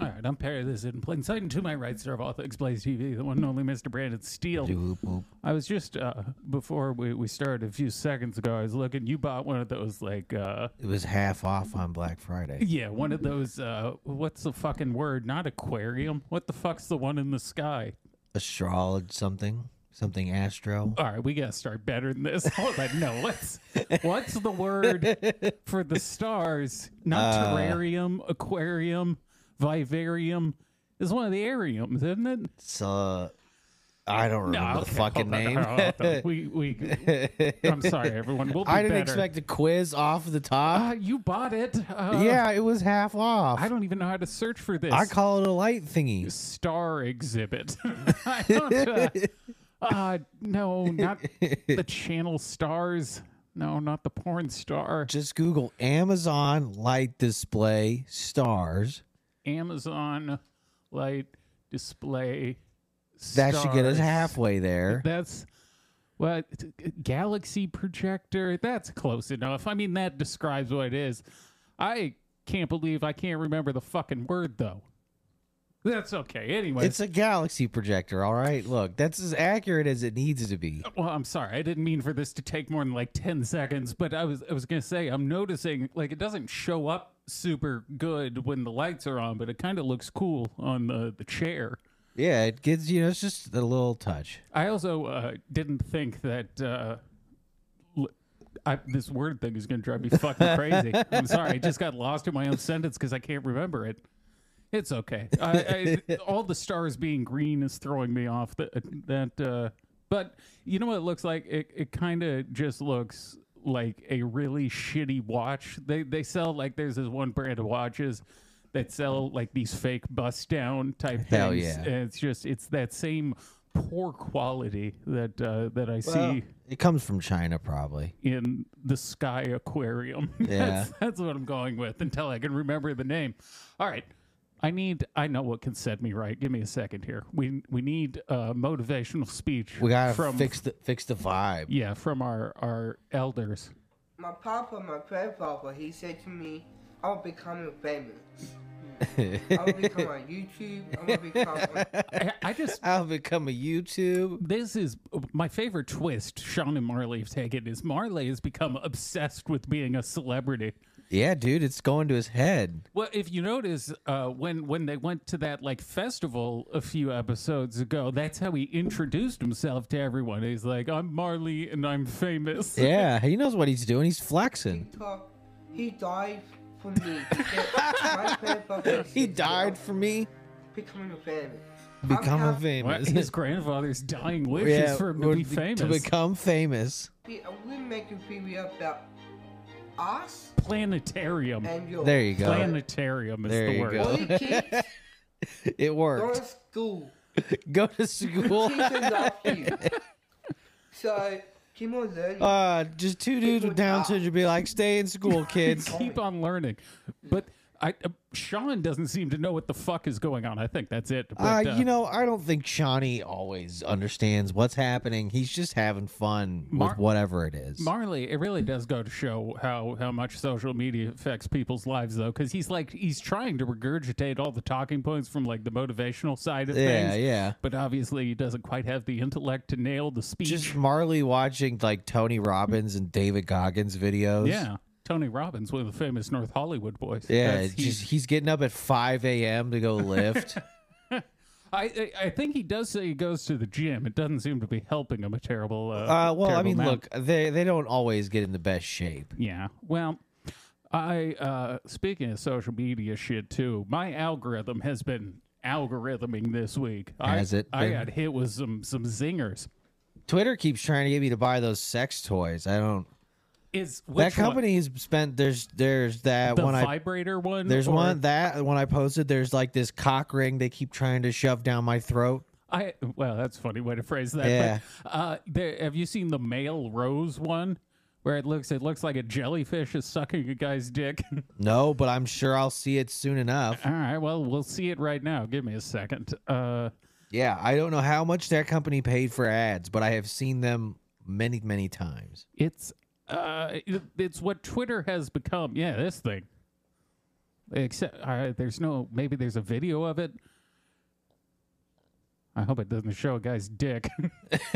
right. I'm Perry. This is playing sight and to my right, Star of Author Explains TV, the one and only Mr. Brandon Steele. I was just uh, before we, we started a few seconds ago. I was looking. You bought one of those like uh, It was half off on Black Friday. yeah, one of those uh, what's the fucking word? Not aquarium. What the fuck's the one in the sky? Astrology something, something astro. All right, we gotta start better than this. Hold on, no, what's what's the word for the stars? Not Uh, terrarium, aquarium, vivarium. Is one of the ariums, isn't it? It's uh, I don't remember the okay, fucking hold on, name. hold on, hold on. we we. I'm sorry, everyone. We'll be I didn't better. expect a quiz off the Uh, top. you bought it. Uh, yeah, it was half off. I I, don't even know how to search for this. call it a light thingy. star exhibit. I don't, uh, uh, no, not the channel stars. No, not the porn star. Just Google Amazon light display stars. Amazon light display. That should get us stars. halfway there. That's what galaxy projector. That's close enough. I mean, that describes what it is. I can't believe I can't remember the fucking word though. That's okay. Anyway, It's a galaxy projector, all right. Look, that's as accurate as it needs to be. Well, I'm sorry. I didn't mean for this to take more than like 10 seconds, but I was I was going to say I'm noticing like it doesn't show up super good when the lights are on, but it kind of looks cool on the the chair. Yeah, it gives you know, it's just a little touch. I also uh, didn't think that uh, l- I, this word thing is going to drive me fucking crazy. I'm sorry. I just got lost in my own sentence because I can't remember it. It's okay. I, I, all the stars being green is throwing me off. That, that uh, but you know what it looks like? It, it kind of just looks like a really shitty watch. They they sell like there's this one brand of watches that sell like these fake bust down type Hell things. yeah. And it's just it's that same poor quality that uh, that I Well, see it comes from China, probably. in the Sky Aquarium. that's, Yeah. that's what I'm going with until I can remember the name. All right. I need I know what can set me right. Give me a second here. We we need uh, motivational speech We gotta from fix the fix the vibe. yeah, from our our elders. My papa, my grandpapa, he said to me, I'll become famous. I'll become on YouTube. I'm gonna become. On... I, I just I'll become a YouTube. this is my favorite twist Sean and Marley have taken is Marley has become obsessed with being a celebrity. Yeah, dude, it's going to his head. Well, if you notice, uh, when when they went to that like festival a few episodes ago, that's how he introduced himself to everyone. He's like, "I'm Marley and I'm famous." Yeah, he knows what he's doing. He's flexing. Talk. He died for me. He said, my grandpapa He said to me, died "I'm for me. becoming famous. I'm Become happy- What? famous. His grandfather's dying wishes Yeah, for him or to be to- famous. To become famous. We're making TV about us planetarium. and your There you go. Planetarium is There the you word. go. All you kids It go worked. to school. Go to school. Teachers love you. So keep on learning. Uh, just two dudes with Down syndrome be like, stay in school, kids. Keep on learning, but I uh, Sean doesn't seem to know what the fuck is going on. I think that's it. But, Uh, you know, I don't think Shawnee always understands what's happening. He's just having fun Mar- with whatever it is. Marley, it really does go to show how how much social media affects people's lives, though, because he's like he's trying to regurgitate all the talking points from like the motivational side of yeah, things, yeah. but obviously he doesn't quite have the intellect to nail the speech. Just Marley watching like Tony Robbins and David Goggins videos. yeah, Tony Robbins, one of the famous North Hollywood boys. Yeah, That's- it's just he's getting up at 5 a.m. to go lift. I, I I think he does say he goes to the gym. It doesn't seem to be helping him a terrible. Uh, uh, well, I terrible mean, amount. look, they they don't always get in the best shape. Yeah. Well, I uh speaking of social media shit too, my algorithm has been algorithming this week. Has I, it I been? got hit with some some zingers. Twitter keeps trying to get me to buy those sex toys. I don't. Is which that company has spent there's there's one? that the one I vibrator one? there's or- one that when I posted there's like this cock ring they keep trying to shove down my throat. I well, that's a funny way to phrase that. Yeah. But, uh, there, have you seen the male rose one? Where it looks, it looks like a jellyfish is sucking a guy's dick. No, but I'm sure I'll see it soon enough. All right, well, we'll see it right now. Give me a second. Uh, Yeah, I don't know how much that company paid for ads, but I have seen them many many times. It's uh, it- it's what Twitter has become. Yeah, this thing. Except uh, there's no. Maybe there's a video of it. I hope it doesn't show a guy's dick.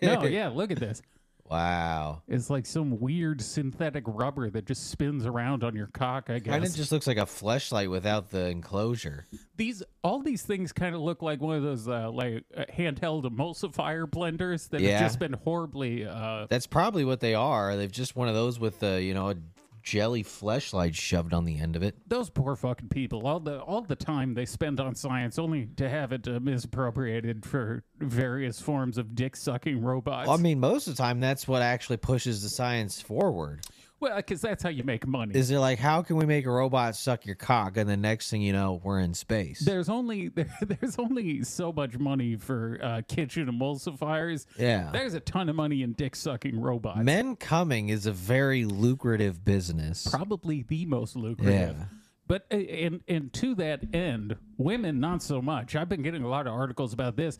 no, yeah, look at this. Wow. It's like some weird synthetic rubber that just spins around on your cock. I guess Kind of just looks like a fleshlight without the enclosure. these all these things kind of look like one of those uh, like uh, handheld emulsifier blenders that Yeah. have just been horribly. Uh, That's probably what they are. They've just one of those with the, you know, a jelly fleshlight shoved on the end of it. those poor fucking people. All the all the time they spend on science, only to have it uh, misappropriated for various forms of dick sucking robots. I mean, most of the time, that's what actually pushes the science forward. well, because that's how you make money. Is it like, how can we make a robot suck your cock? And the next thing you know, we're in space. there's only there, there's only so much money for uh, kitchen emulsifiers. yeah. There's a ton of money in dick sucking robots. Men coming is a very lucrative business. probably the most lucrative. Yeah. But uh, and and to that end, women not so much. I've been getting a lot of articles about this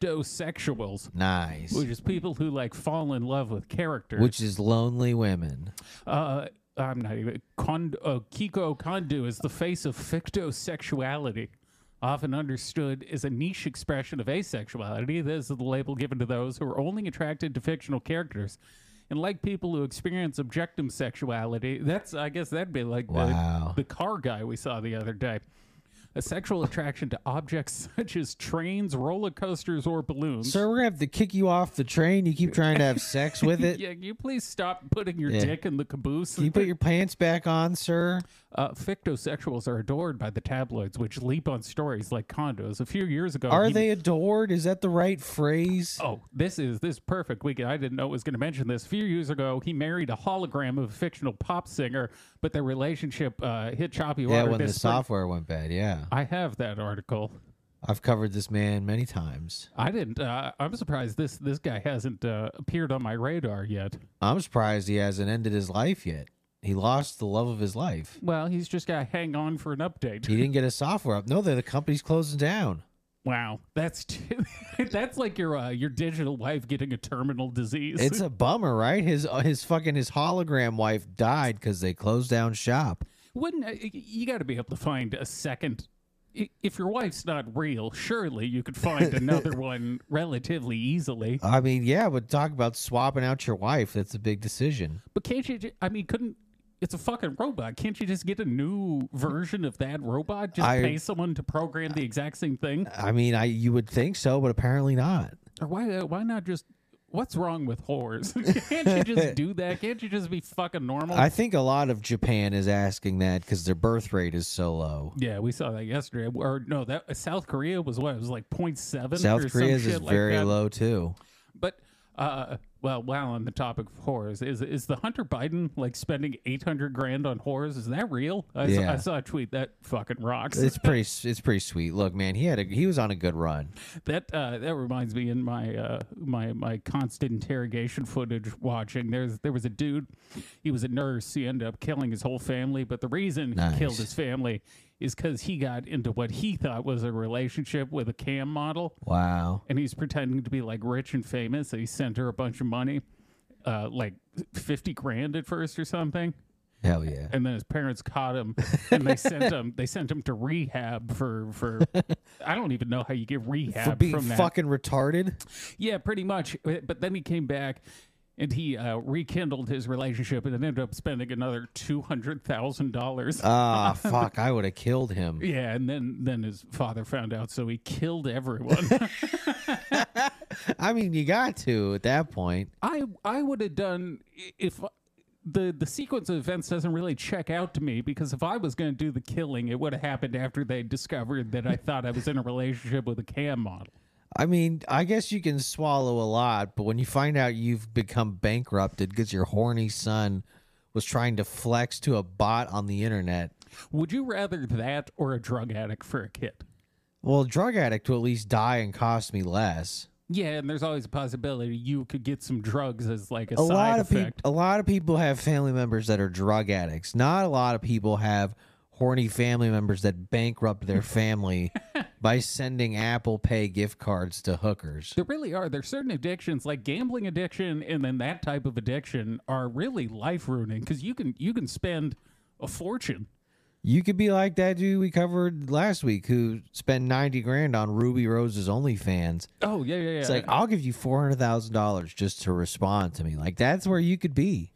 fictosexuals, nice. which is people who like fall in love with characters. Which is lonely women. uh, I'm not even. Kondo, uh, Kiko Kondo is the face of fictosexuality, often understood as a niche expression of asexuality. This is the label given to those who are only attracted to fictional characters. And like people who experience objectum sexuality, that's, I guess, that'd be like Wow. the, the car guy we saw the other day. A sexual attraction to objects such as trains, roller coasters, or balloons. Sir, we're gonna have to kick you off the train. You keep trying to have sex with it. yeah, can you please stop putting your Yeah. dick in the caboose? Can you put your pants back on, sir? Uh, fictosexuals are adored by the tabloids, which leap on stories like condos. A few years ago, Are Oh, he- they adored? Is that the right phrase? Oh, this is this is perfect. We can, I didn't know I was going to mention this. A few years ago, he married a hologram of a fictional pop singer, but their relationship uh, hit choppy yeah, water. when the this spring. software went bad. Yeah, I have that article. I've covered this man many times. I didn't. Uh, I'm surprised this this guy hasn't uh, appeared on my radar yet. I'm surprised he hasn't ended his life yet. He lost the love of his life. Well, he's just got to hang on for an update. He didn't get his software up. No, the the company's closing down. wow, that's too, that's like your uh, your digital wife getting a terminal disease. It's a bummer, right? His uh, his fucking his hologram wife died because they closed down shop. Wouldn't uh, y- you got to be able to find a second? i- If your wife's not real, surely you could find another one relatively easily. I mean, yeah, but talk about swapping out your wife. That's a big decision. But can't you? ju- I mean, couldn't? It's a fucking robot. Can't you just get a new version of that robot? Just I- pay someone to program the exact same thing, I mean, I you would think so, but apparently not. or why? uh, Why not just? What's wrong with whores? can't you just do that? Can't you just be fucking normal? I think a lot of Japan is asking that because their birth rate is so low. yeah, we saw that yesterday. Or no, that uh, South Korea was what it was like 0.7 or South some Korea's shit is like very that. low too. But uh, well, while on the topic of whores, is is the Hunter Biden like spending eight hundred grand on whores? Is that real? I, s- Yeah. I saw a tweet that fucking rocks. It's pretty. s- It's pretty sweet. Look, man, he had a he was on a good run. that uh, that reminds me in my uh, my my constant interrogation footage watching. There's there was a dude, he was a nurse. He ended up killing his whole family, but the reason Nice. he killed his family is because he got into what he thought was a relationship with a cam model. Wow. and he's pretending to be like rich and famous. So he sent her a bunch of money, uh, like fifty grand at first or something. Hell yeah. And then his parents caught him, and they sent him. They sent him to rehab for for. I don't even know how you get rehab For being from that. fucking retarded. Yeah, pretty much. But then he came back. And he uh, rekindled his relationship and ended up spending another two hundred thousand dollars. Ah, fuck! I would have killed him. yeah, and then then his father found out, so he killed everyone. I mean, you got to at that point. I I would have done i- if uh, the the sequence of events doesn't really check out to me because if I was going to do the killing, it would have happened after they discovered that I thought I was in a relationship with a cam model. I mean, I guess you can swallow a lot, but when you find out you've become bankrupted because your horny son was trying to flex to a bot on the internet, Would you rather that or a drug addict for a kid? well, a drug addict will at least die and cost me less. Yeah, and there's always a possibility you could get some drugs as like a, A side lot of people, effect. a lot of people have family members that are drug addicts. Not a lot of people have horny family members that bankrupt their family by sending Apple Pay gift cards to hookers. There really are. There's certain addictions like gambling addiction and then that type of addiction are really life ruining because you can you can spend a fortune You could be like that dude we covered last week who spent 90 grand on Ruby Rose's OnlyFans. Oh yeah, yeah, yeah. It's like, I'll give you $400,000 just to respond to me. Like, that's where you could be.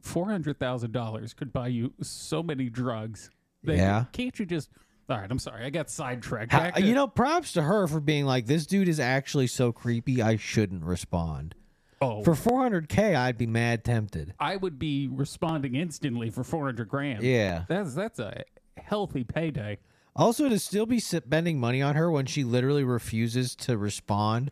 four hundred thousand dollars could buy you so many drugs. that- Yeah. Can't you just? All right, I'm sorry, I got sidetracked. How- Back to- you know, props to her for being like, this dude is actually so creepy, I shouldn't respond. oh, For 400K, I'd be mad tempted. I would be responding instantly for four hundred grand. Yeah. That's that's a healthy payday. Also, to still be spending money on her when she literally refuses to respond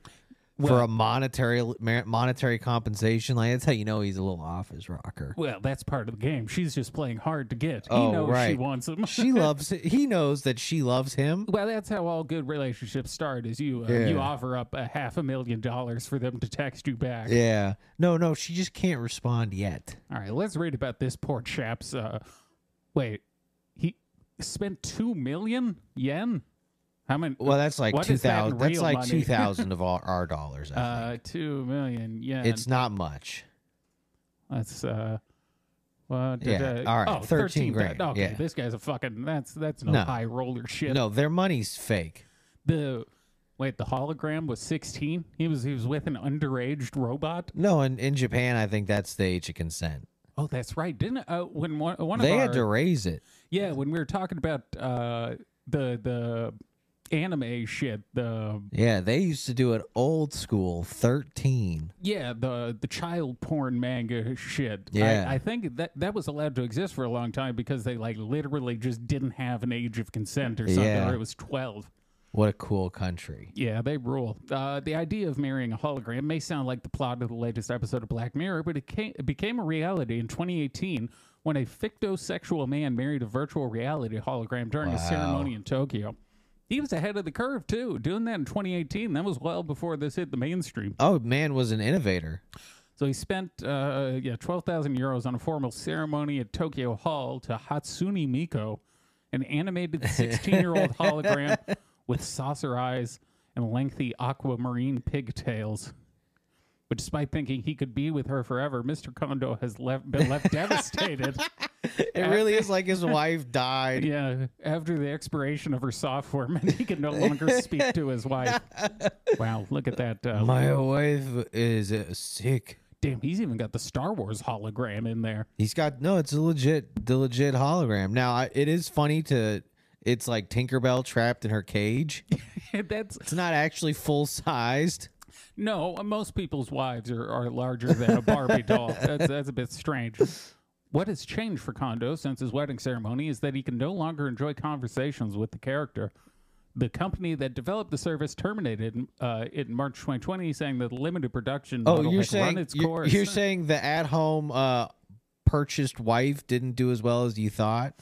for a monetary mer- monetary compensation, like that's how you know he's a little off his rocker. Well, that's part of the game. She's just playing hard to get. Oh, he knows she right. wants him. She loves. it. He knows that she loves him. Well, that's how all good relationships start. Is you uh, Yeah. you offer up a half a million dollars for them to text you back. Yeah. No, no, she just can't respond yet. All right, let's read about this poor chap's. Uh, wait, he spent two million yen. How many? Well, that's like What two is that in thousand. That's real like money? two thousand of our, our dollars. I uh, two million yen. think. It's not much. that's uh. Well, Yeah, all right, Oh, 13 13 grand, Okay, yeah. this guy's a fucking. That's that's no, No. high roller shit. No, their money's fake. The wait, the hologram was sixteen. He was he was with an underage robot. No, in, in Japan, I think that's the age of consent. Oh, that's right. Didn't uh, when one, one They of our had to raise it. yeah when we were talking about uh the the anime shit the Yeah, they used to do it old school, thirteen. Yeah, the the child porn manga shit. Yeah. I, I think that that was allowed to exist for a long time because they like literally just didn't have an age of consent or something, Yeah. or it was twelve. What a cool country. Yeah, they rule. Uh, the idea of marrying a hologram may sound like the plot of the latest episode of Black Mirror, but it, came, it became a reality in 2018 when a fictosexual man married a virtual reality hologram during a ceremony in Tokyo. He was ahead of the curve too, doing that in 2018. That was well before this hit the mainstream. Oh, man was an innovator. So he spent uh, yeah twelve thousand euros on a formal ceremony at Tokyo Hall to Hatsune Miku, an animated sixteen-year-old hologram with saucer eyes and lengthy aquamarine pigtails. But despite thinking he could be with her forever, Mr. Kondo has left, been left devastated. It really is like his wife died. Yeah, after the expiration of her software, meant he could no longer speak to his wife. Wow, look at that! Uh, My wife is uh, sick. damn, he's even got the Star Wars hologram in there. He's got no. It's a legit, the legit hologram. Now I, it is funny to. It's like Tinkerbell trapped in her cage. That's It's not actually full sized. No, uh, most people's wives are, are larger than a Barbie doll. That's, that's a bit strange. What has changed for Kondo since his wedding ceremony is that he can no longer enjoy conversations with the character. The company that developed the service terminated uh, it in March 2020, saying that the limited production Oh, model you're had run saying its you're, course. you're saying the at home uh, purchased wife didn't do as well as you thought.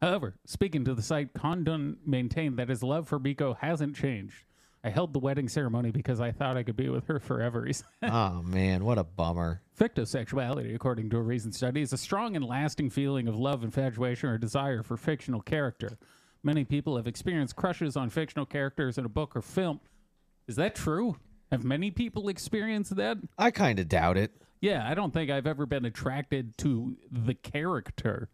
However, speaking to the site, Condon maintained that his love for Biko hasn't changed. I held the wedding ceremony because I thought I could be with her forever. He said. oh man, what a bummer. Fictosexuality, according to a recent study, is a strong and lasting feeling of love, infatuation, or desire for fictional character. Many people have experienced crushes on fictional characters in a book or film. Is that true? Have many people experienced that? I kind of doubt it. Yeah, I don't think I've ever been attracted to the character.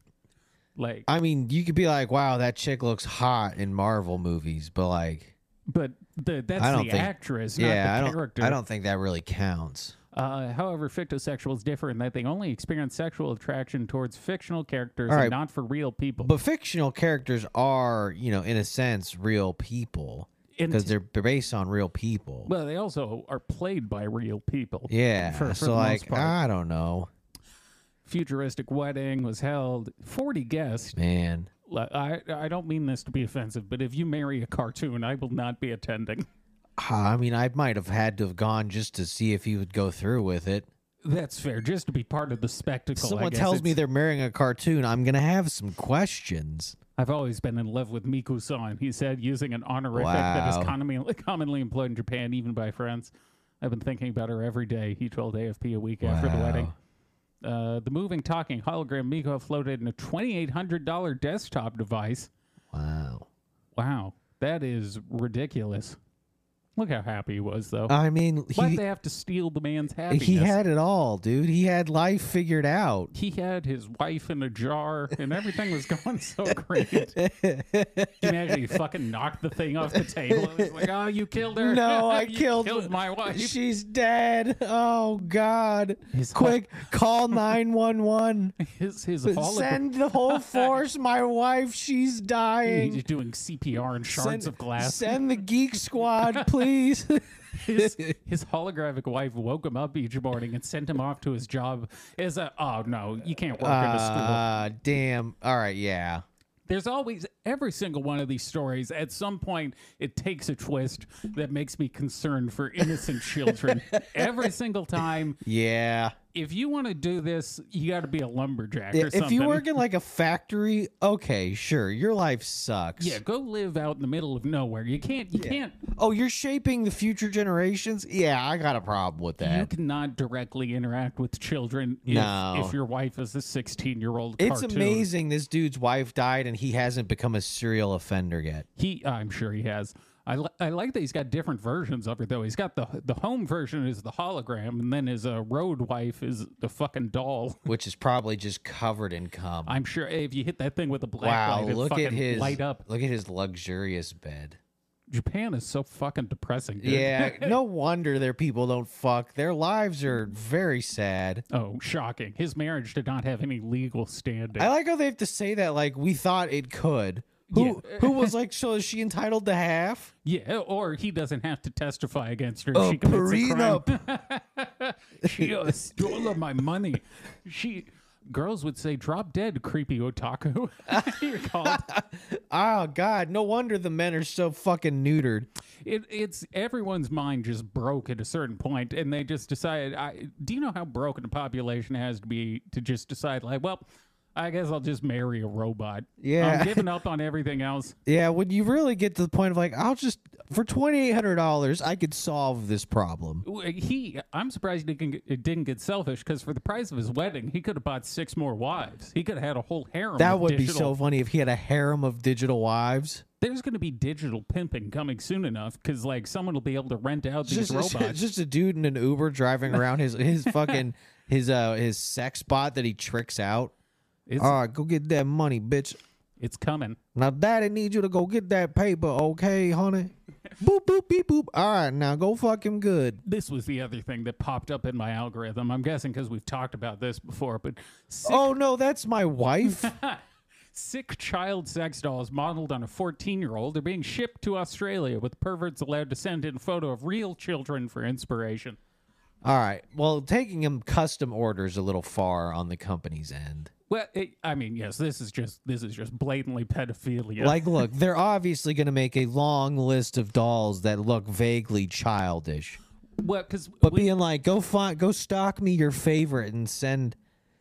Like, I mean, you could be like, "Wow, that chick looks hot in Marvel movies," but like, but the, that's I don't the think- actress, yeah, I not the don't. character. I don't think that really counts. Uh, however, fictosexuals differ in that they only experience sexual attraction towards fictional characters All and right. not for real people. But fictional characters are, you know, in a sense, real people And- because they're b- based on real people. Well, they also are played by real people. yeah. for- for the so, most like, ah. part. I don't know, Futuristic wedding was held. Forty guests. man. Li- I I don't mean this to be offensive, but if you marry a cartoon, I will not be attending. Ah, I mean, I might have had to have gone just to see if he would go through with it. That's fair, just to be part of the spectacle. I Someone guess. tells me It's- they're marrying a cartoon. I'm gonna have some questions. I've always been in love with Miku-san. He said, using an honorific that is Wow. commonly commonly employed in Japan, even by friends. I've been thinking about her every day. He told AFP a week after the Wow. wedding. Uh, the moving, talking hologram Miku floated in a twenty-eight hundred dollar desktop device. Wow. Wow, that is ridiculous. Look how happy he was, though. I mean, Why'd Uh, he they have to steal the man's happiness? he had it all, dude. He had life figured out. he had his wife in a jar, and everything was going so great. Can you imagine he fucking knocked the thing off the table. It was like, oh, you killed her. No, I You killed- my wife. She's dead. Oh God! His Quick, call nine one one. his his hologram. Send the whole force. My wife, she's dying. He's doing CPR and shards Send- of glass. Send the geek squad, please. his, his holographic wife woke him up each morning and sent him off to his job as a oh no you can't work in a school Ah, damn. All right, yeah. there's always every single one of these stories at some point it takes a twist that makes me concerned for innocent children every single time Yeah. if you want to do this you got to be a lumberjack or something If you work in like a factory, okay, sure. Your life sucks. yeah go live out in the middle of nowhere you can't you can't Oh, you're shaping the future generations? Yeah, I got a problem with you that. cannot directly interact with children if, No. if your wife is a 16 year old It's cartoon. amazing this dude's wife died and he hasn't become a serial offender yet. He, I'm sure he has. I, li- I like that he's got different versions of her though. He's got the the home version is the hologram, and then his uh, road wife is the fucking doll. Which is probably just covered in cum. I'm sure if you hit that thing with a black wow, light, it look fucking at his light up. Look at his luxurious bed. Japan is so fucking depressing. Dude. Yeah, no wonder their people don't fuck. Their lives are very sad. Oh, shocking! His marriage did not have any legal standing. I like how they have to say that like we thought it could. Who who was like so is she entitled to half? yeah, or he doesn't have to testify against her. if Oh, she commits a crime. Perina. she uh, stole of my money. She girls would say, "Drop dead, creepy otaku." You're called. Oh God! No wonder the men are so fucking neutered. It, it's everyone's mind just broke at a certain point, and they just decided. I, do you know how broken a population has to be to just decide, like, well, I guess I'll just marry a robot. Yeah. I'm giving up on everything else. Yeah, when you really get to the point of like, I'll just for twenty eight hundred dollars, I could solve this problem. eh, He, I'm surprised he can, it didn't get selfish because for the price of his wedding, he could have bought six more wives. He could have had a whole harem. That of would be digital- so funny if he had a harem of digital wives. There's going to be digital pimping coming soon enough because like someone will be able to rent out these Just, robots. just a dude in an Uber driving around his his fucking his uh his sex bot that he tricks out. It's- All right, go get that money, bitch. it's coming. Now, daddy needs you to go get that paper, okay, honey? boop, boop, beep, boop. All right, now go fuck him good. this was the other thing that popped up in my algorithm. I'm guessing because we've talked about this before, but sick, Oh, no, that's my wife. sick child sex dolls modeled on a 14 year old are being shipped to Australia with perverts allowed to send in photo of real children for inspiration. All right. Well, taking him custom orders a little far on the company's end. Well, it, I mean, yes, this is just this is just blatantly pedophilia. Like, look, they're obviously going to make a long list of dolls that look vaguely childish. what? Because But being like, go find, go stock me your favorite and send,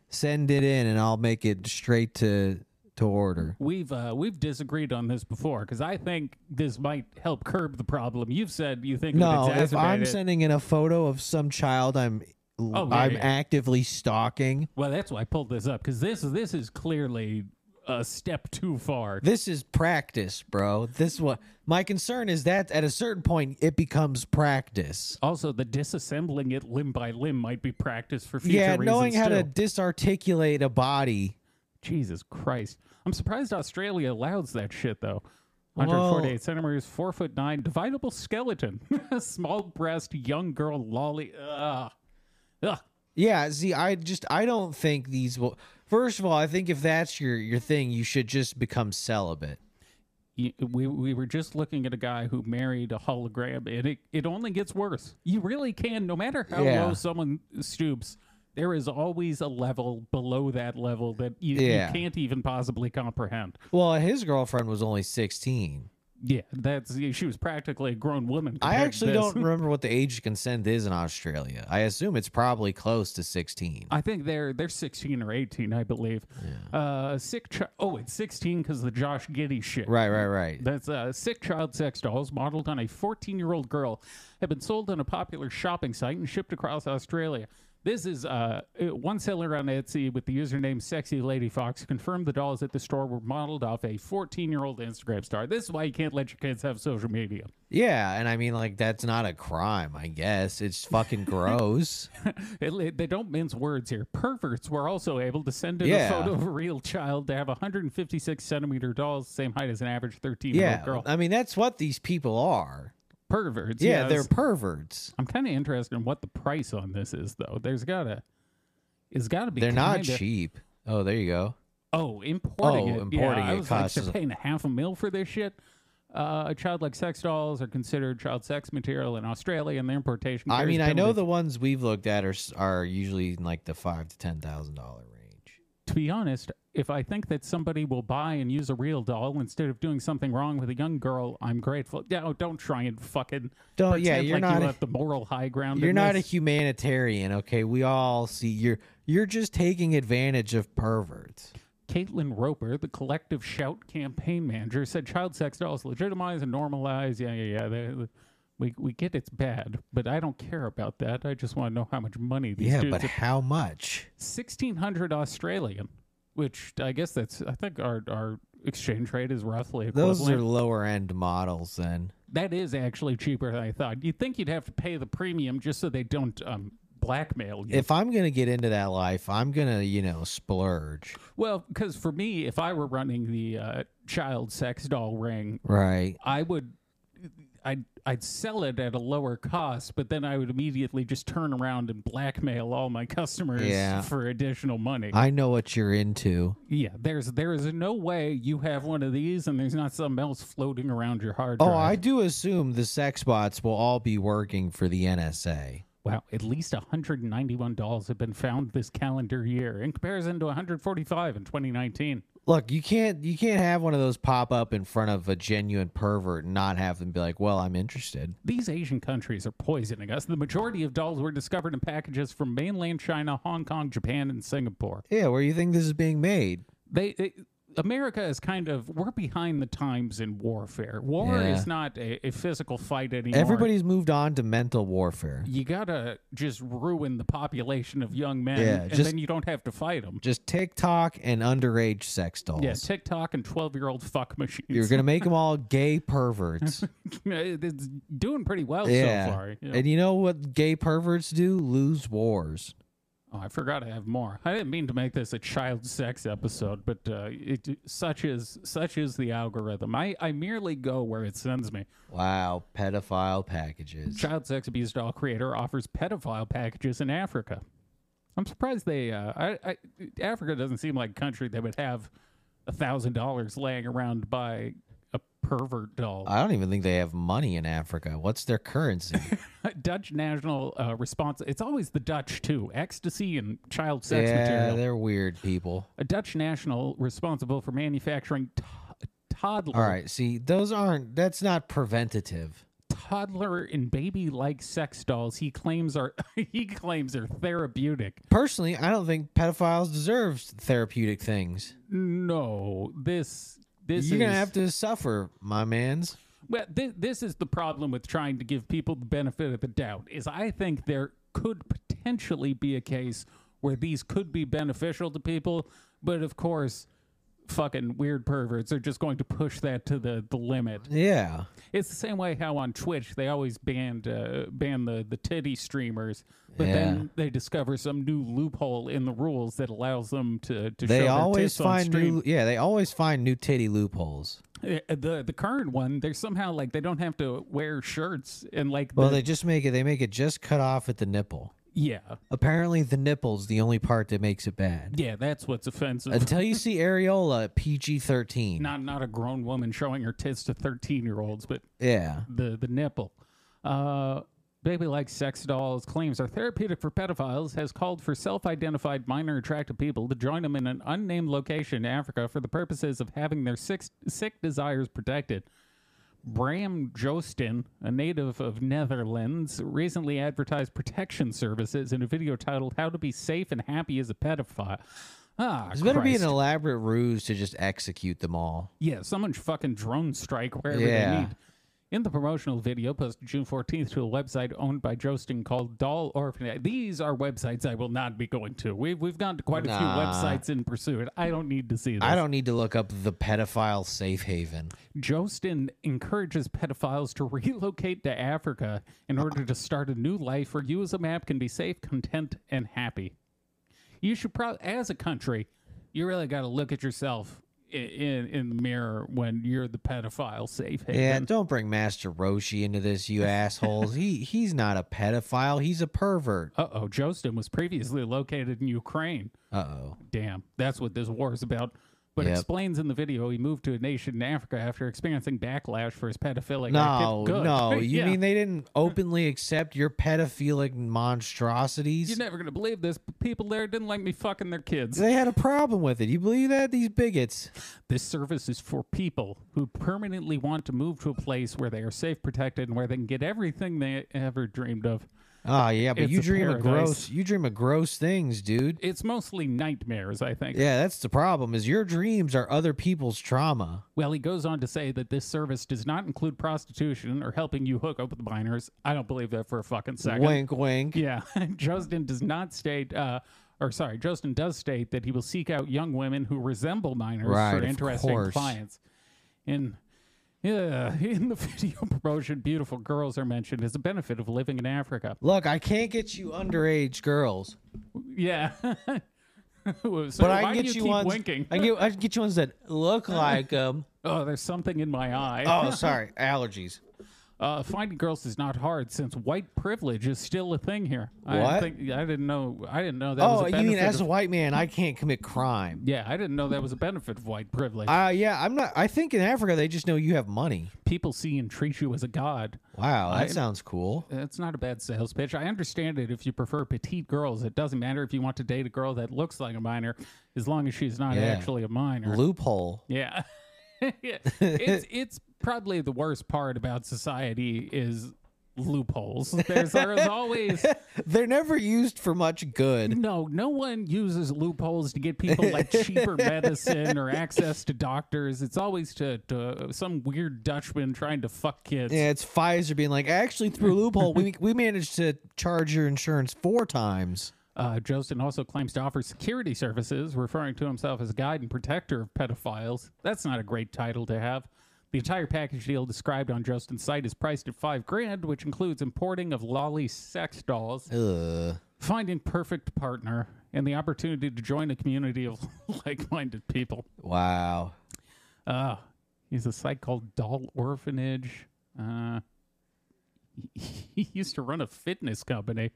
send it in, and I'll make it straight to to order. We've uh, we've disagreed on this before because I think this might help curb the problem. You've said you think it No, would if exacerbate I'm it. sending in a photo of some child I'm Oh, yeah, I'm yeah. actively stalking, well, that's why I pulled this up because this this is clearly a step too far. this is practice, bro. This what my concern is that at a certain point it becomes practice. Also, the disassembling it limb by limb might be practiced for future Yeah, reasons. knowing how to too. disarticulate a body. Jesus Christ! I'm surprised Australia allows that shit though. 148 centimeters, four foot nine, dividable skeleton, small breast, young girl, lolly. Ugh. Ugh. Yeah, see, I just I don't think these will. First of all, I think if that's your your thing, you should just become celibate. You- We, we were just looking at a guy who married a hologram, and it, it only gets worse. You really can, no matter how Yeah. low someone stoops, there is always a level below that level that you, Yeah. you can't even possibly comprehend. Well, his girlfriend was only sixteen. Yeah, that's she was practically a grown woman. I compared to actually this. don't remember what the age of consent is in Australia. I assume it's probably close to sixteen. I think they're they're sixteen or eighteen, I believe. Uh, sick. Chi- oh, it's sixteen because the Josh Giddy shit. Right, right, right. That's uh, sick child sex dolls modeled on a 14 year old girl have been sold on a popular shopping site and shipped across Australia. This is uh, one seller on Etsy with the username Sexy Lady Fox confirmed the dolls at the store were modeled off a 14 year old Instagram star. This is why you can't let your kids have social media. Yeah, and I mean, like, that's not a crime, I guess. It's fucking gross. It- it- they don't mince words here. Perverts were also able to send in Yeah. a photo of a real child to have 156 centimeter dolls, same height as an average 13 year yeah, old girl. I mean, that's what these people are. Perverts. Yeah, yes. they're perverts. I'm kind of interested in what the price on this is, though. There's gotta, it's gotta be. They're not kinda- cheap. Oh, there you go. Oh, importing Oh, it. importing yeah, I it was like, costs- they're paying a half a mil for this shit. Uh, childlike sex dolls are considered child sex material in Australia, and their importation. I carries mean, I know penalties. the ones we've looked at are s- are usually in like the five to ten thousand dollar range. to be honest, if I think that somebody will buy and use a real doll instead of doing something wrong with a young girl, I'm grateful. No, don't try and fucking. Don't- yeah, pretend you're like not a- you have the moral high ground. You're in not a this. humanitarian, okay? We all see you're you're just taking advantage of perverts. Caitlin Roper, the collective shout campaign manager, said child sex dolls legitimize and normalize. Yeah, yeah, yeah. They, they- we, we get it's bad, but I don't care about that. I just want to know how much money these Yeah, dudes but have. how much? 1600 Australian, which I guess that's, I think our, our exchange rate is roughly equivalent. Those are lower end models then. that is actually cheaper than I thought. You'd think you'd have to pay the premium just so they don't um, blackmail you. If I'm gonna get into that life, I'm gonna, you know, splurge. well, because for me, if I were running the uh, child sex doll ring, Right. I would I'd I'd sell it at a lower cost, but then I would immediately just turn around and blackmail all my customers Yeah. for additional money. I know what you're into. yeah, there's there is no way you have one of these and there's not something else floating around your hard drive. Oh, I do assume the sex bots will all be working for the NSA. Wow, at least 191 dolls have been found this calendar year in comparison to 145 in 2019. Look, you can't you can't have one of those pop up in front of a genuine pervert and not have them be like, "Well, I'm interested." These Asian countries are poisoning us. The majority of dolls were discovered in packages from mainland China, Hong Kong, Japan, and Singapore. Yeah, where do you think this is being made? they, they America is kind of we're behind the times in warfare. War Yeah. is not a, a physical fight anymore. Everybody's moved on to mental warfare. you gotta just ruin the population of young men, Yeah, and just- then you don't have to fight them. Just TikTok and underage sex dolls. Yeah, TikTok and twelve-year-old fuck machines. You're gonna make them all gay perverts. it's doing pretty well yeah. so far. Yeah. And you know what gay perverts do? Lose wars. Oh, I forgot I have more. I didn't mean to make this a child sex episode, but uh, it, such is such is the algorithm. I, I merely go where it sends me. Wow, pedophile packages. child sex abuse doll creator offers pedophile packages in Africa. I'm surprised they. Uh, I, I, Africa doesn't seem like a country that would have a thousand dollars laying around by a pervert doll. I don't even think they have money in Africa. What's their currency? Dutch national uh, response. It's always the Dutch too. Ecstasy and child sex yeah, material. they're weird people. A Dutch national responsible for manufacturing to- toddler All right, see, those aren't. That's not preventative. toddler and baby like sex dolls. He claims are he claims are therapeutic. personally, I don't think pedophiles deserve therapeutic things. No, this this You're is gonna have to suffer, my man's. well. This, this is the problem with trying to give people the benefit of the doubt. Is I think there could potentially be a case where these could be beneficial to people, but of course, fucking weird perverts are just going to push that to the the limit. Yeah, It's the same way how on Twitch they always banned uh, ban the the titty streamers, but Yeah. then they discover some new loophole in the rules that allows them to to show they their always tits on find stream. new. Yeah, they always find new titty loopholes. Uh, the the current one they're somehow like they don't have to wear shirts and like Well, the, they just make it. They make it just cut off at the nipple. yeah Apparently, the nipple's the only part that makes it bad. yeah that's what's offensive Until you see areola, PG thirteen. not not a grown woman showing her tits to 13 year olds but Yeah, the the nipple uh baby likes sex dolls claims are therapeutic for pedophiles has called for self-identified minor attractive people to join them in an unnamed location in africa for the purposes of having their sick, sick desires protected Bram Jostin, a native of Netherlands, recently advertised protection services in a video titled "How to Be Safe and Happy as a Pedophile." Ah, it's better be an Christ. elaborate ruse to just execute them all. yeah, someone should fucking drone strike wherever Yeah. they need. In the promotional video posted June 14th to a website owned by Jostin called Doll Orphanage. These are websites I will not be going to. We've, we've gone to quite a few Nah. websites in pursuit. I don't need to see this. I don't need to look up the pedophile safe haven. Jostin encourages pedophiles to relocate to Africa in order to start a new life where you as a map can be safe, content, and happy. You should probably, as a country, you really got to look at yourself i- in in the mirror when you're the pedophile safe haven. Yeah, don't bring Master Roshi into this, you assholes. He he's not a pedophile. He's a pervert. Uh oh, Jostin was previously located in Ukraine. Uh oh. Damn, that's what this war is about. But Yep. explains in the video he moved to a nation in Africa after experiencing backlash for his pedophilic. No, acti- Good. no. You Yeah. mean they didn't openly accept your pedophilic monstrosities? You're never gonna believe this, but people there didn't like me fucking their kids. they had a problem with it. You believe that? These bigots. This service is for people who permanently want to move to a place where they are safe, protected, and where they can get everything they ever dreamed of. Oh yeah, but It's you a dream paradise. of gross. You dream of gross things, dude. It's mostly nightmares, I think. Yeah, that's the problem. Is your dreams are other people's trauma. Well, he goes on to say that this service does not include prostitution or helping you hook up with minors. I don't believe that for a fucking second. Wink, wink. Yeah, Justin does not state, uh, or sorry, Justin does state that he will seek out young women who resemble minors Right, for of interesting course. clients. In yeah, in the video promotion, beautiful girls are mentioned as a benefit of living in Africa. Look, I can't get you underage girls, Yeah, so but why I can do get you, you, keep ones. winking? I can get I can get you ones that look like um. Oh, there's something in my eye. Oh, sorry, allergies. Uh, finding girls is not hard since white privilege is still a thing here. I What? didn't, think, I didn't know. I didn't know that. was Oh, a you mean benefit as a of- white man, I can't commit crime? yeah, I didn't know that was a benefit of white privilege. Uh, yeah, I'm not. I think in Africa they just know you have money. people see and treat you as a god. Wow, that I- sounds cool. That's not a bad sales pitch. I understand it if you prefer petite girls. It doesn't matter if you want to date a girl that looks like a minor, as long as she's not Yeah. actually a minor. Loophole. yeah. Yeah. It's it's probably the worst part about society is loopholes. There's there's always They're never used for much good. no no one uses loopholes to get people like cheaper medicine or access to doctors. It's always to, to some weird Dutchman trying to fuck kids. Yeah, it's Pfizer being like, actually, through a loophole, we we managed to charge your insurance four times. Uh, Jostin also claims to offer security services, referring to himself as guide and protector of pedophiles. That's not a great title to have. The entire package deal described on Jostin's site is priced at five grand, which includes importing of lolly sex dolls, Ugh. finding perfect partner, and the opportunity to join a community of like-minded people. Wow. Uh, he's a site called Doll Orphanage. Uh, he used to run a fitness company.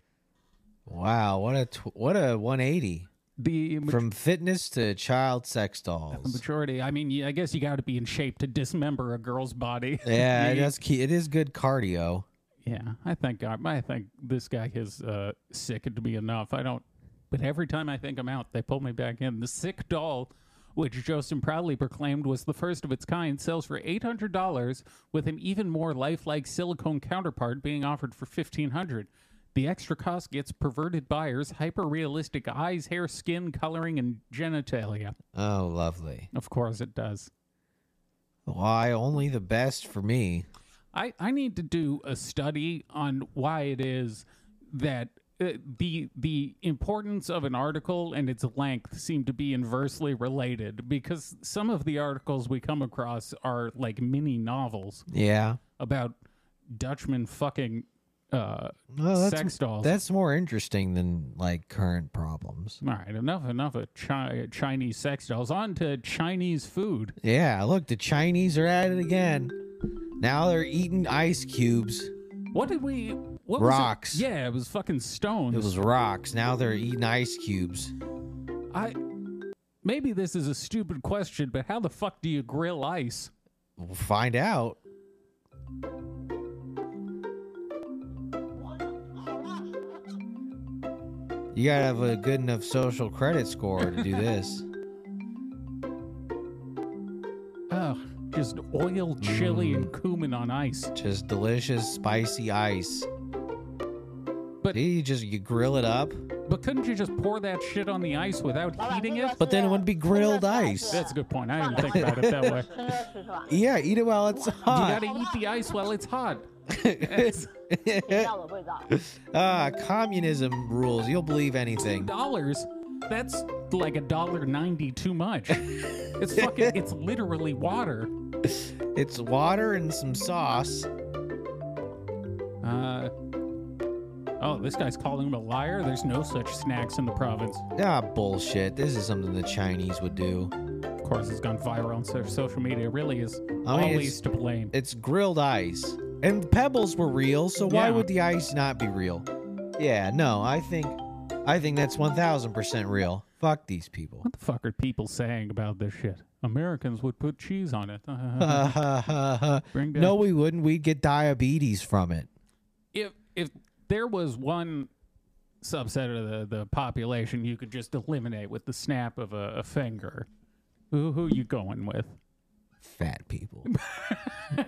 Wow. What a tw- what a 180 The from fitness to child sex dolls. Majority. I mean, yeah, I guess you got to be in shape to dismember a girl's body. Yeah, that's key. It is good cardio. Yeah, I think I, I think this guy has uh, sickened me enough. I don't. But every time I think I'm out, they pull me back in. The sick doll, which Jostin proudly proclaimed was the first of its kind, sells for eight hundred dollars, with an even more lifelike silicone counterpart being offered for fifteen hundred. The extra cost gets perverted buyers hyper realistic eyes, hair, skin, coloring, and genitalia. Oh, lovely. Of course, it does. Why only the best for me? I, I need to do a study on why it is that uh, the the importance of an article and its length seem to be inversely related because some of the articles we come across are like mini novels Yeah. about Dutchmen fucking uh, No, that's sex dolls. that's more interesting than like current problems. all right, enough, enough of chi- Chinese sex dolls. On to Chinese food. Yeah, look, the Chinese are at it again. Now they're eating ice cubes. What did we? What Rocks. Was it? Yeah, it was fucking stones. It was rocks. Now they're eating ice cubes. I maybe this is a stupid question, but how the fuck do you grill ice? We'll find out. You gotta have a good enough social credit score to do this. Ugh, just oil, chili, and cumin on ice. Just delicious, spicy ice. But- See, you just you grill it up. But couldn't you just pour that shit on the ice without heating it? But then it wouldn't be grilled ice. That's a good point. I didn't think about it that way. You Yeah, eat it while it's hot. gotta eat the ice while it's hot. Ah, communism rules. You'll believe anything. Dollars? That's like a dollar ninety too much. It's fucking. It's literally water. It's water and some sauce. Uh. Oh, this guy's calling him a liar. There's no such snacks in the province. Ah, bullshit. This is something the Chinese would do. Of course, it's gone viral on so- social media. It really is I mean, always it's- to blame. It's grilled ice. And the pebbles were real, so why Yeah. would the ice not be real? Yeah, no, I think I think that's 1000% real. Fuck these people. What the fuck are people saying about this shit? Americans would put cheese on it. Bring down. no, we wouldn't. We'd get diabetes from it. if if there was one subset of the, the population you could just eliminate with the snap of a, a finger, who who you going with? Fat people.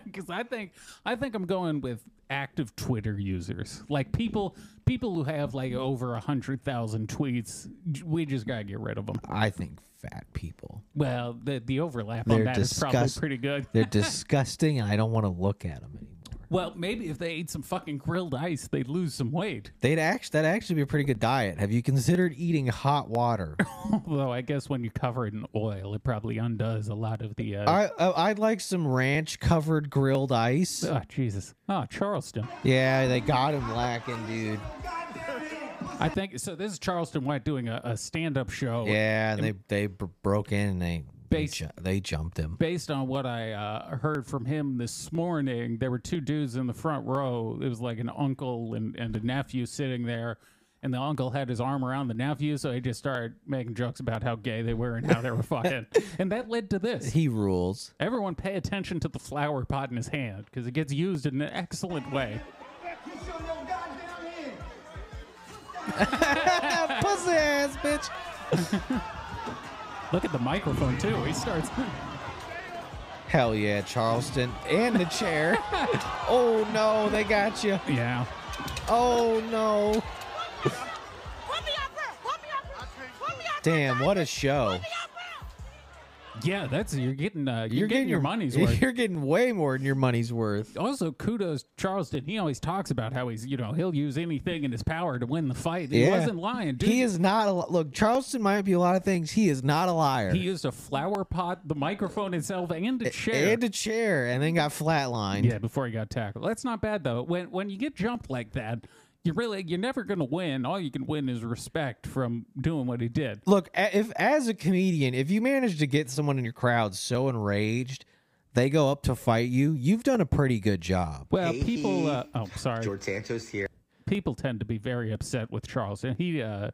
Because I think I think I'm going with active Twitter users, like people people who have like over a hundred thousand tweets. j- We just gotta get rid of them. I think fat people. Well, the the overlap on They're that is disgust- probably pretty good. They're disgusting, and I don't want to look at them anymore. Well, maybe if they ate some fucking grilled ice, they'd lose some weight. They'd act that'd actually be a pretty good diet. Have you considered eating hot water? Although I guess when you cover it in oil, it probably undoes a lot of the. Uh, I, I I'd like some ranch covered grilled ice. oh Jesus! Oh Charleston. Yeah, they got him lacking, dude. I think so. This is Charleston White doing a, a stand-up show. Yeah, and they they br- broke in and they they, Bas- ju- they jumped him. Based on what I uh, heard from him this morning, there were two dudes in the front row. It was like an uncle and, and a nephew sitting there, and the uncle had his arm around the nephew, so he just started making jokes about how gay they were and how they were fucking, and that led to this. He rules. Everyone, pay attention to the flower pot in his hand because it gets used in an excellent way. Pussy ass bitch. Look at the microphone too. He starts. Hell yeah, Charleston and the chair. oh no, they got you. yeah. Oh no. Damn, what a show. Yeah, that's you're getting uh, you're, getting, your money's worth. You're getting way more than your money's worth. also kudos Charleston. He always talks about how he's you know he'll use anything in his power to win the fight. He Yeah. wasn't lying, dude. He is not a look. Charleston might be a lot of things. He is not a liar. He used a flower pot, the microphone itself, and a chair. and a chair, and then got flatlined. yeah, before he got tackled. That's not bad though. When when you get jumped like that, you really you're never gonna win. All you can win is respect from doing what he did. Look, a- if as a comedian, if you manage to get someone in your crowd so enraged they go up to fight you, you've done a pretty good job. Well, Hey. people. Uh, oh, sorry. George Santos here. People tend to be very upset with Charleston. He uh,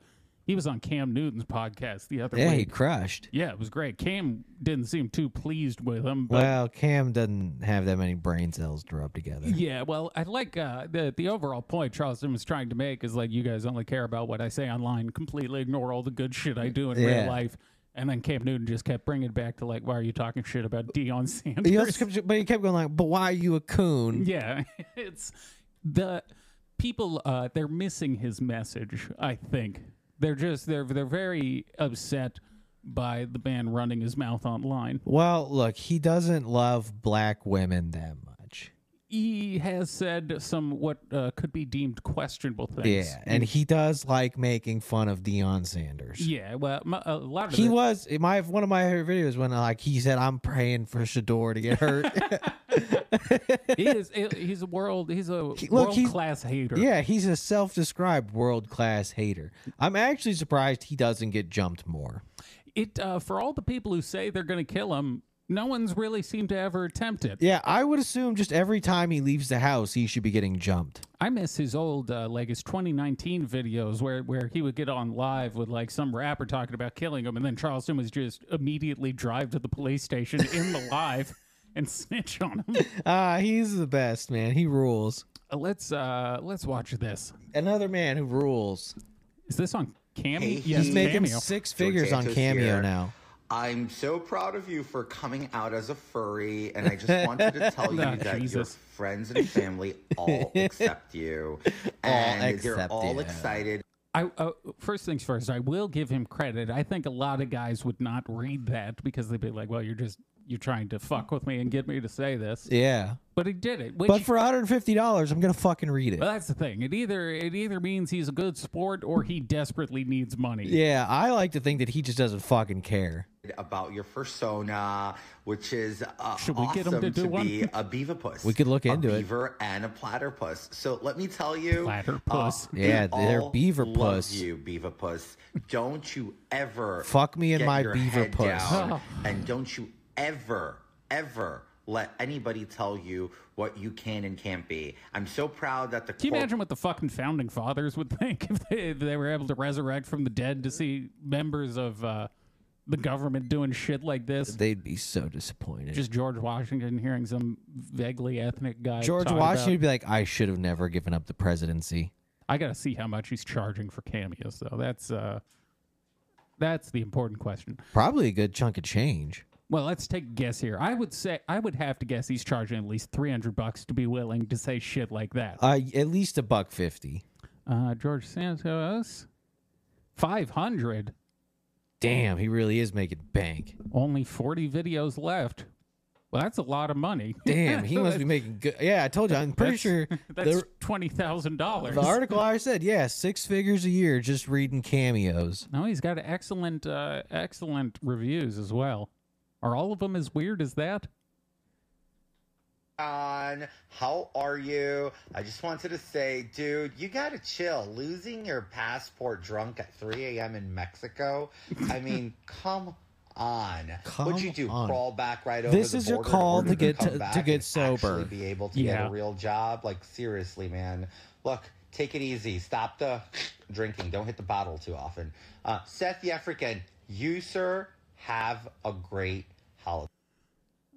he was on Cam Newton's podcast the other Yeah, week. he crushed. Yeah, it was great. Cam didn't seem too pleased with him, but Well, Cam doesn't have that many brain cells to rub together. yeah, well, I like uh, the the overall point Charleston was trying to make is like you guys only care about what I say online, completely ignore all the good shit I do in real Yeah. life. And then Cam Newton just kept bringing it back to like, why are you talking shit about Deion Sanders? He also kept, but he kept going like, "But why are you a coon?" Yeah, it's the people. Uh, they're missing his message. I think they're just they're they're very upset by the man running his mouth online. Well, look, he doesn't love black women that much. He has said some what uh, could be deemed questionable things. Yeah, and he does like making fun of Deion Sanders. yeah. Well, my, a lot of He the- was my one of my favorite videos when like he said, "I'm praying for Shador to get hurt." he is he's a world he's a He- look, world he's- class hater. Yeah, he's a self-described world-class hater. I'm actually surprised he doesn't get jumped more. It uh, for all the people who say they're going to kill him, no one's really seemed to ever attempt it. Yeah, I would assume just every time he leaves the house, he should be getting jumped. I miss his old uh, like his 2019 videos where where he would get on live with like some rapper talking about killing him, and then Charleston was just immediately drive to the police station in the live and snitch on him. Ah, he's the best man. He rules. Uh, let's uh let's watch this. Another man who rules. Is this on Cameo? Hey, yes, He's making Cameo. six George figures on Santos Cameo here. now. I'm so proud of you for coming out as a furry, and I just wanted to tell you Ah, that your Jesus. friends and family all accept you, and they're accept all you. excited. I uh, first things first. I will give him credit. I think a lot of guys would not read that because they'd be like, "Well, you're just you're trying to fuck with me and get me to say this." Yeah. But he did it. Which, But for $150, I'm going to fucking read it. well, that's the thing. It either it either means he's a good sport or he desperately needs money. Yeah, I like to think that he just doesn't fucking care. about your persona, which is uh, Should we awesome get 'em to do to one? be a beaver puss. We could look a into it. Beaver and a platter puss. So let me tell you, Platter uh, puss. we Yeah, they're all beaver love puss. You beaver puss. Don't you ever Fuck me and get my your beaver head puss. down, and don't you ever ever. Let anybody tell you what you can and can't be. I'm so proud that the Can you corp- imagine what the fucking founding fathers would think if they, if they were able to resurrect from the dead to see members of uh, the government doing shit like this? They'd be so disappointed. Just George Washington hearing some vaguely ethnic guy. George talk about- Washington would be like, I should have never given up the presidency. I gotta see how much he's charging for cameos, though. That's uh, that's the important question. Probably a good chunk of change. Well, let's take a guess here. I would say I would have to guess he's charging at least three hundred bucks to be willing to say shit like that. Uh, at least a buck fifty. Uh, George Santos, five hundred. Damn, he really is making bank. Only forty videos left. Well, that's a lot of money. Damn, he must be making good. Yeah, I told you. I'm pretty That's- sure That's the, twenty thousand dollars. the article I said, yeah, six figures a year just reading cameos. No, he's got excellent, uh, excellent reviews as well. Are all of them as weird as that? on. How are you? I just wanted to say, dude, you gotta chill. Losing your passport drunk at 3 a.m. in Mexico. I mean, come on. Come What'd you do? on. Crawl back right over. This the is your border call order to get come to- back to get and actually sober. Be able to get Yeah. a real job. Like seriously, man. Look, take it easy. Stop the drinking. Don't hit the bottle too often. Uh, Seth Yefrican, you sir, have a great holiday.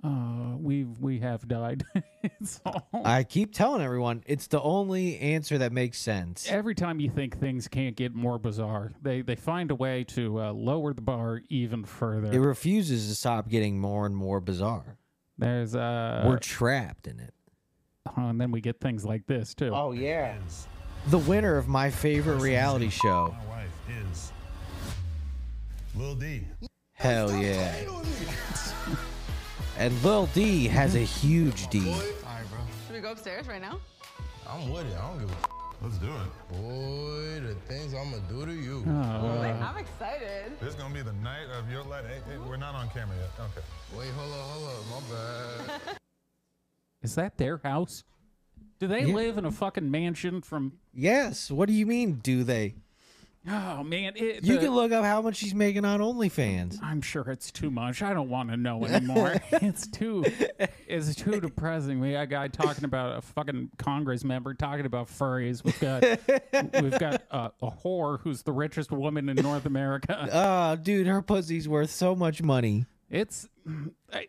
Uh, we've we have died. it's all. I keep telling everyone it's the only answer that makes sense. Every time you think things can't get more bizarre, they they find a way to uh, lower the bar even further. It refuses to stop getting more and more bizarre. There's uh, We're trapped in it. oh, and then we get things like this too. Oh yeah. The winner of my favorite reality show. My wife is Lil D. Hell yeah. And Lil D has a huge D. Alright, bro. Should we go upstairs right now? I'm with it. I don't give a f- Let's do it. Boy, the things I'm gonna do to you. Uh, I'm excited. This is gonna be the night of your life. Hey, hey, we're not on camera yet. Okay. Wait, hold up, hold up. My bad. is that their house? Do they live in a fucking mansion from? Yes. What do you mean? Do they? Oh man, it, You the- can look up how much she's making on OnlyFans. I'm sure it's too much. I don't want to know anymore. it's too it's too depressing. We got a guy talking about a fucking Congress member talking about furries. We've got we've got uh, a whore who's the richest woman in North America. Oh, dude, her pussy's worth so much money. It's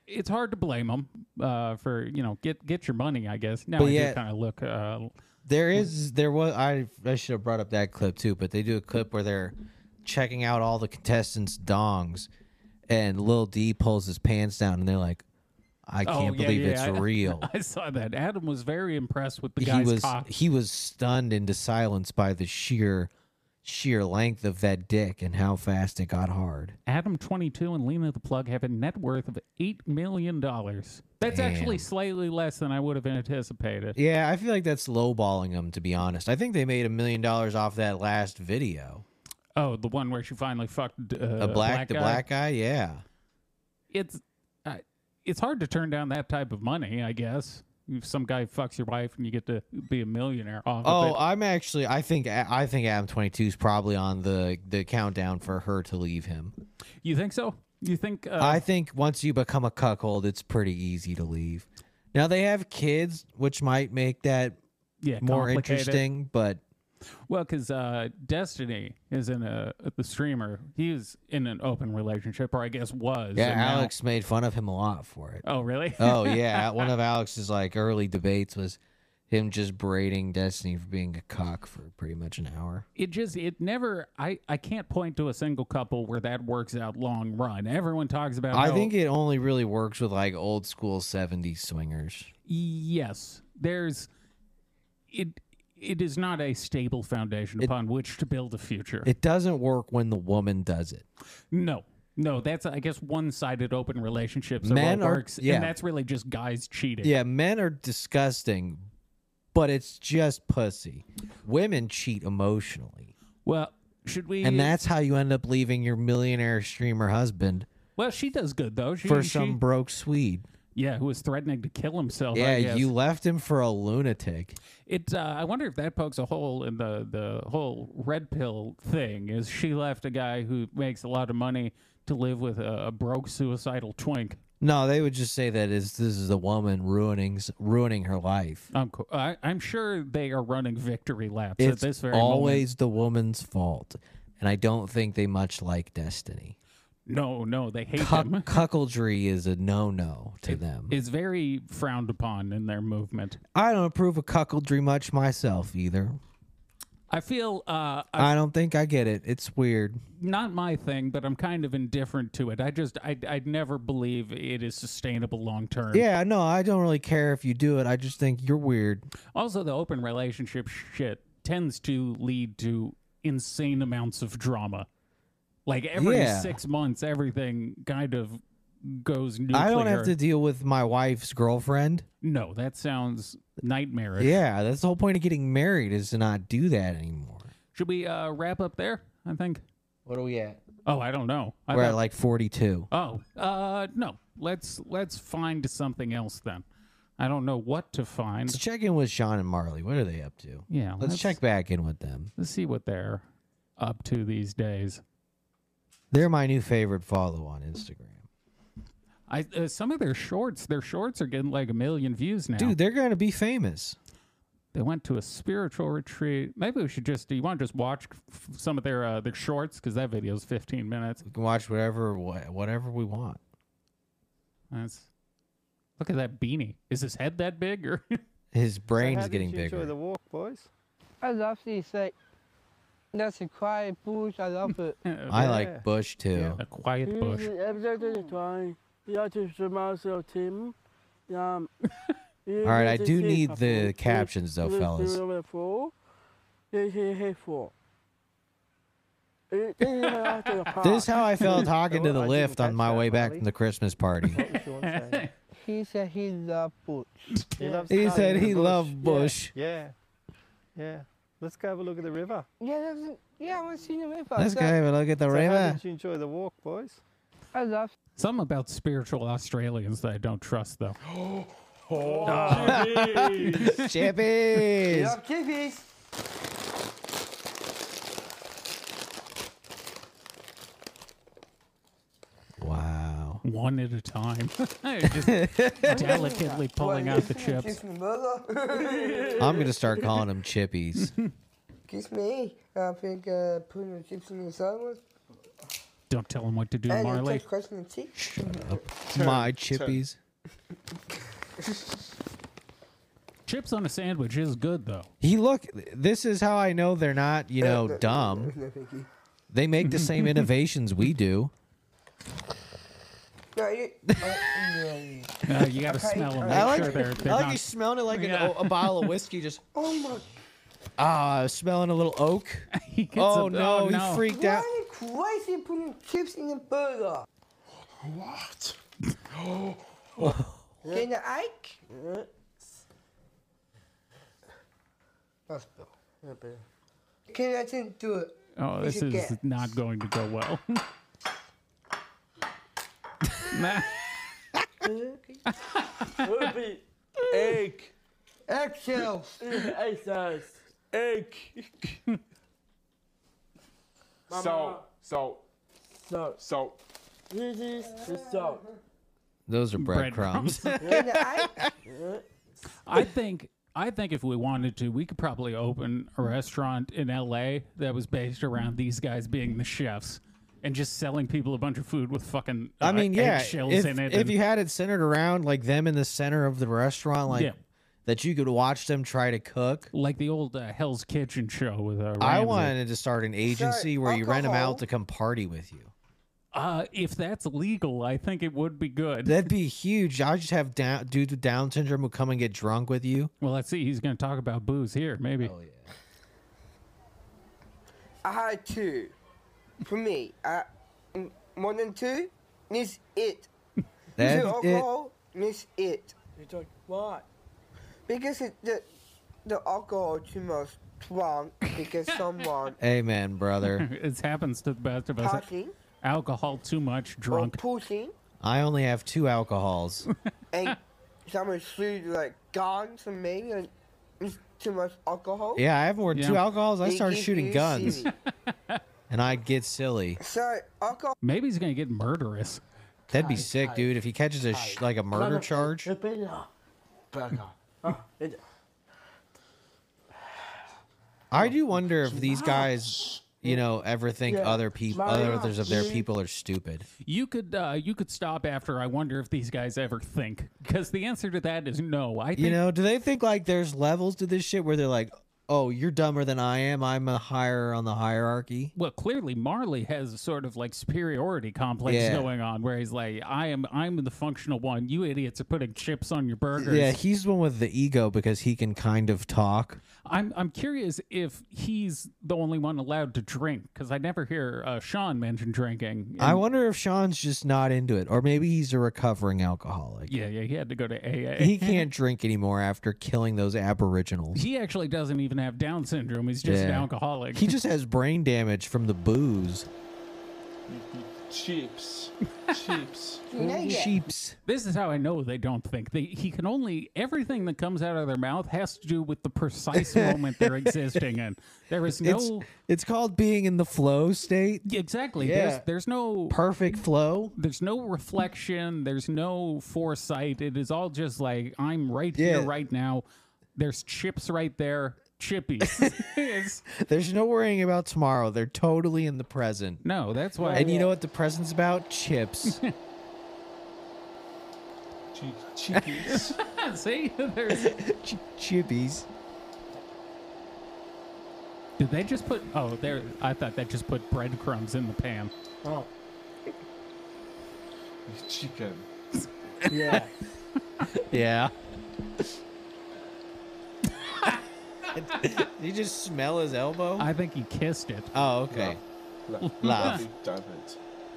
it's hard to blame them uh, for you know get get your money. I guess now But I yet- do kind of look. Uh, There is, there was, I, I should have brought up that clip too, but they do a clip where they're checking out all the contestants' dongs, and Lil D pulls his pants down, and they're like, "I oh, can't yeah, believe yeah, it's I- real." I saw that. Adam was very impressed with the he guy's was cock. he was stunned into silence by the sheer sheer length of that dick and how fast it got hard. Adam 22 and Lena the Plug have a net worth of $8 million. That's actually Damn. slightly less than I would have anticipated. Yeah, I feel like that's lowballing them to be honest. I think they made a million dollars off that last video. Oh, the one where she finally fucked uh, The black, the guy. black guy, yeah. It's, uh, it's hard to turn down that type of money, I guess. If some guy fucks your wife and you get to be a millionaire off Oh, of it. I'm actually I think I think Adam 22 is probably on the the countdown for her to leave him. You think so? You think uh, I think once you become a cuckold, it's pretty easy to leave. Now they have kids, which might make that yeah, more complicated? interesting, but Well, because uh, Destiny is in a the streamer. He's in an open relationship, or I guess was. Yeah, and now- Alex made fun of him a lot for it. Oh, really? Oh yeah, one of Alex's like early debates was him just braiding Destiny for being a cock for pretty much an hour. it just it never I, I can't point to a single couple where that works out long run everyone talks about I how- think it only really works with like old school 70s swingers. yes there's it it is not a stable foundation upon which to build a future. It doesn't work when the woman does it. no. No, that's I guess one-sided open relationships are Men what are- works, yeah. and that's really just guys cheating. Yeah, men are disgusting, but it's just pussy. Women cheat emotionally. Well, should we? And that's how you end up leaving your millionaire streamer husband well, she does good though. She, for she- some broke Swede. yeah, who was threatening to kill himself. I Yeah, guess. you left him for a lunatic. It. Uh, I wonder if that pokes a hole in the the whole red pill thing. Is she left a guy who makes a lot of money to live with a, a broke suicidal twink? No, they would just say that is this is a woman ruining s- ruining her life. I'm co- I, I'm sure they are running victory laps It's at this very always the woman's fault, and I don't think they much like destiny. moment. No, no, they hate Cuck- him. cuckoldry is a no no to them. It's very frowned upon in their movement. I don't approve of cuckoldry much myself either. I feel uh, I- I don't think I get it. It's weird. not my thing, but I'm kind of indifferent to it. I just I I never believe it is sustainable long term. Yeah, no, I don't really care if you do it. I just think you're weird. Also, the open relationship shit tends to lead to insane amounts of drama. Like every Yeah. six months, everything kind of goes nuclear. I don't have to deal with my wife's girlfriend. No, that sounds nightmarish. Yeah, that's the whole point of getting married is to not do that anymore. Should we uh, wrap up there? I think. What are we at? Oh, I don't know. I We're at thought- like 42. Oh, uh, no. Let's let's find something else then. I don't know what to find. Let's check in with Sean and Marley. What are they up to? Yeah, Let's let's- check back in with them. Let's see what they're up to these days. They're my new favorite follow on Instagram. I uh, some of their shorts, their shorts are getting like a million views now. Dude, they're going to be famous. they went to a spiritual retreat. Maybe we should just do you want to just watch f- some of their uh, their shorts because that video is 15 minutes. We can watch whatever wha- whatever we want. That's look at that beanie. Is his head that big or? His brain's How did getting you bigger. Enjoy the walk, boys. I love these like that's a quiet bush. I love it. I Yeah. like Bush too. a quiet bush. Usually episode is trying. You have to surmise your team. Um, All right, I do need the captions though, fellas. This is how I felt talking to the I didn't lift on catch my that, way back Molly. from the Christmas party. he said he loved bush. He, loves He cutting said the he bush. loved Yeah, bush. Yeah, yeah. Let's go have a look at the river. Yeah, that's yeah. I want to see the river. Let's go have a look at the So How river. did you enjoy the walk, boys? I love. Something about spiritual Australians that I don't trust though. Chippies. Love chippies. Wow. One at a time, just delicately pulling out the chips. Kiss me, mother. I'm gonna start calling them chippies. Kiss me. I think uh, putting the chips in the sandwich. Don't tell him what to do, And you Marley. take question the teeth. My chippies. Chips on a sandwich is good though. He look. This is how I know they're not, you know, Oh, dumb. No, thank you. They make the same innovations we do. No, you. uh, yeah, yeah. Uh, you got to Okay. smell them. Make I like- sure they're, they're not smelling it like an- Yeah. a bottle of whiskey. Just Oh my. ah, smelling a little oak. He gets Oh a- no, he freaked Why out. are you crazy putting chips in a burger? What? Can you Ike? That's better. Yeah, better. Can I just do it? Oh, this should is get- not going to go well. Nah, Ruby, egg, Eggshells. egg sauce, egg. So, so, So so, this is the salt. Those are breadcrumbs. breadcrumbs. Can I Ike? I think I think if we wanted to, we could probably open a restaurant in L.A. that was based around these guys being the chefs and just selling people a bunch of food with fucking uh, I mean, yeah. eggshells If, in it. if and- you had it centered around like them in the center of the restaurant, like Yeah. that, you could watch them try to cook. like the old uh, Hell's Kitchen show with uh, I Ramsay. wanted to start an agency where you rent them alcohol- out to come party with you. Uh, if that's legal, I think it would be good. That'd be huge. I just have down dudes with Down syndrome who come and get drunk with you. well, let's see. He's going to talk about booze here, maybe. Oh, I had two. For me, I, m- more than two, miss it. That's it. two alcohol, miss it. You talk what? Because it, the, the alcohol too much strong because someone Amen, brother. it happens to the best of us. talking Alcohol too much, drunk. Oh. or pushing I only have two alcohols. and someone shoot like guns or maybe like, it's too much alcohol. Yeah, I have more than two Yeah. alcohols. I They started give shooting you guns silly. and I'd get silly. so alcohol Maybe he's going to get murderous. That'd be sick, dude. If he catches a sh- like a murder charge. I do wonder if these guys, you know, ever think other people, others of their people are stupid. You could uh, you could stop after I wonder if these guys ever think because the answer to that is no. I think You know, do they think like there's levels to this shit where they're like, oh, you're dumber than I am. I'm a higher on the hierarchy. well clearly Marley has a sort of like superiority complex Yeah. going on where he's like I am I'm the functional one. You idiots are putting chips on your burgers. Yeah, he's the one with the ego because he can kind of talk. I'm I'm curious if he's the only one allowed to drink because I never hear uh, Sean mention drinking. I wonder if Sean's just not into it, or maybe he's a recovering alcoholic. yeah yeah he had to go to AA. He can't drink anymore after killing those aboriginals. He actually doesn't even have Down syndrome. He's just an Yeah. alcoholic. He just has brain damage from the booze. Chips. Chips. Sheeps. This is how I know they don't think. They, he can only everything that comes out of their mouth has to do with the precise moment they're existing in. There is no It's it's called being in the flow state. exactly. Yeah. There's there's no Perfect flow. there's no reflection. There's no foresight. It is all just like I'm right here Yeah. right now. There's chips right there. Chippies. It's- There's no worrying about tomorrow. They're totally in the present. no, that's why. And you know what the present's about? Chips. Chi- Chippies. see, there's. Ch- Chippies. Did they just put? Oh, there. I thought that just put breadcrumbs in the pan. Chicken. Yeah. Yeah. Did you just smell his elbow? I think he kissed it. oh, okay. La- Laugh. David.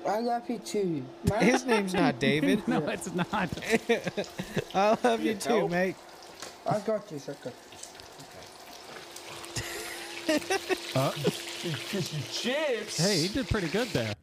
I love you too. My His name's not David. No, it's not. I love you too, mate. I got this, I got this. Chips. Hey, he did pretty good there.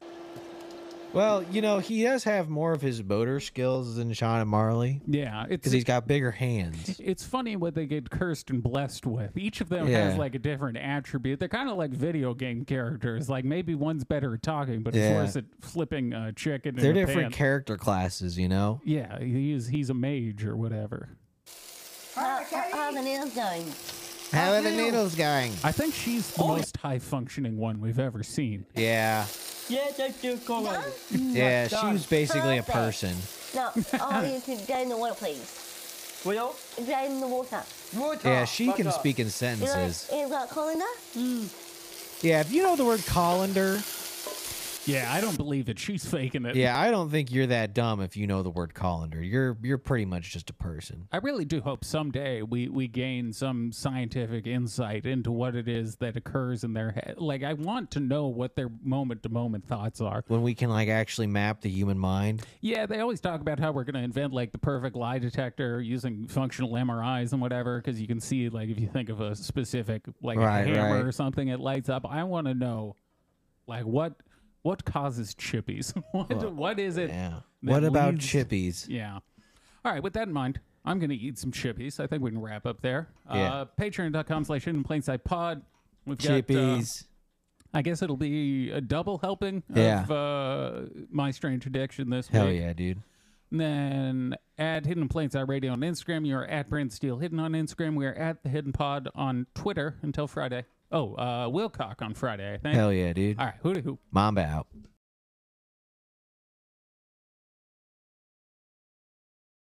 Well, you know, he does have more of his motor skills than Sean and Marley Yeah, it's because he's got bigger hands. it's funny what they get cursed and blessed with. Each of them Yeah. has like a different attribute. They're kind of like video game characters. Like maybe one's better at talking, but Yeah. it's worse at flipping uh, chicken. They're in a different pan. character classes, you know? yeah, he's he's a mage or whatever. How the nails going? How are the needles going? I think she's Oh. the most high functioning one we've ever seen. Yeah. Yeah, thank you, Colin. Yeah, she was basically a Perfect. person. No, all you should get in the water, please. Will? Get in the water. Yeah, she can Fuck up. speak in You know, sentences. you got colander? Yeah, if you know the word colander, Yeah, I don't believe it. She's faking it. yeah, I don't think you're that dumb if you know the word colander. You're you're pretty much just a person. I really do hope someday we, we gain some scientific insight into what it is that occurs in their head. Like, I want to know what their moment to moment thoughts are. When we can like actually map the human mind. Yeah, they always talk about how we're going to invent like the perfect lie detector using functional MRIs and whatever, because you can see like if you think of a specific like Right, a hammer right. or something, it lights up. I want to know, like what what causes chippies? what what is it? Yeah. that What about leads- chippies? Yeah. All right, with that in mind, I'm going to eat some chippies. I think we can wrap up there. Yeah. Uh, Patreon.com slash Hidden Plain Sight Pod. We've got, uh, Chippies. I guess it'll be a double helping Yeah. of uh, My Strange Addiction this Hell week. yeah, dude. And then at Hidden Plain Sight Radio on Instagram. You are at Brand Steel Hidden on Instagram. We are at The Hidden Pod on Twitter until Friday. Oh, uh, Wilcock on Friday, I think. Hell yeah, dude. All right, hoo to hoo. Mamba out.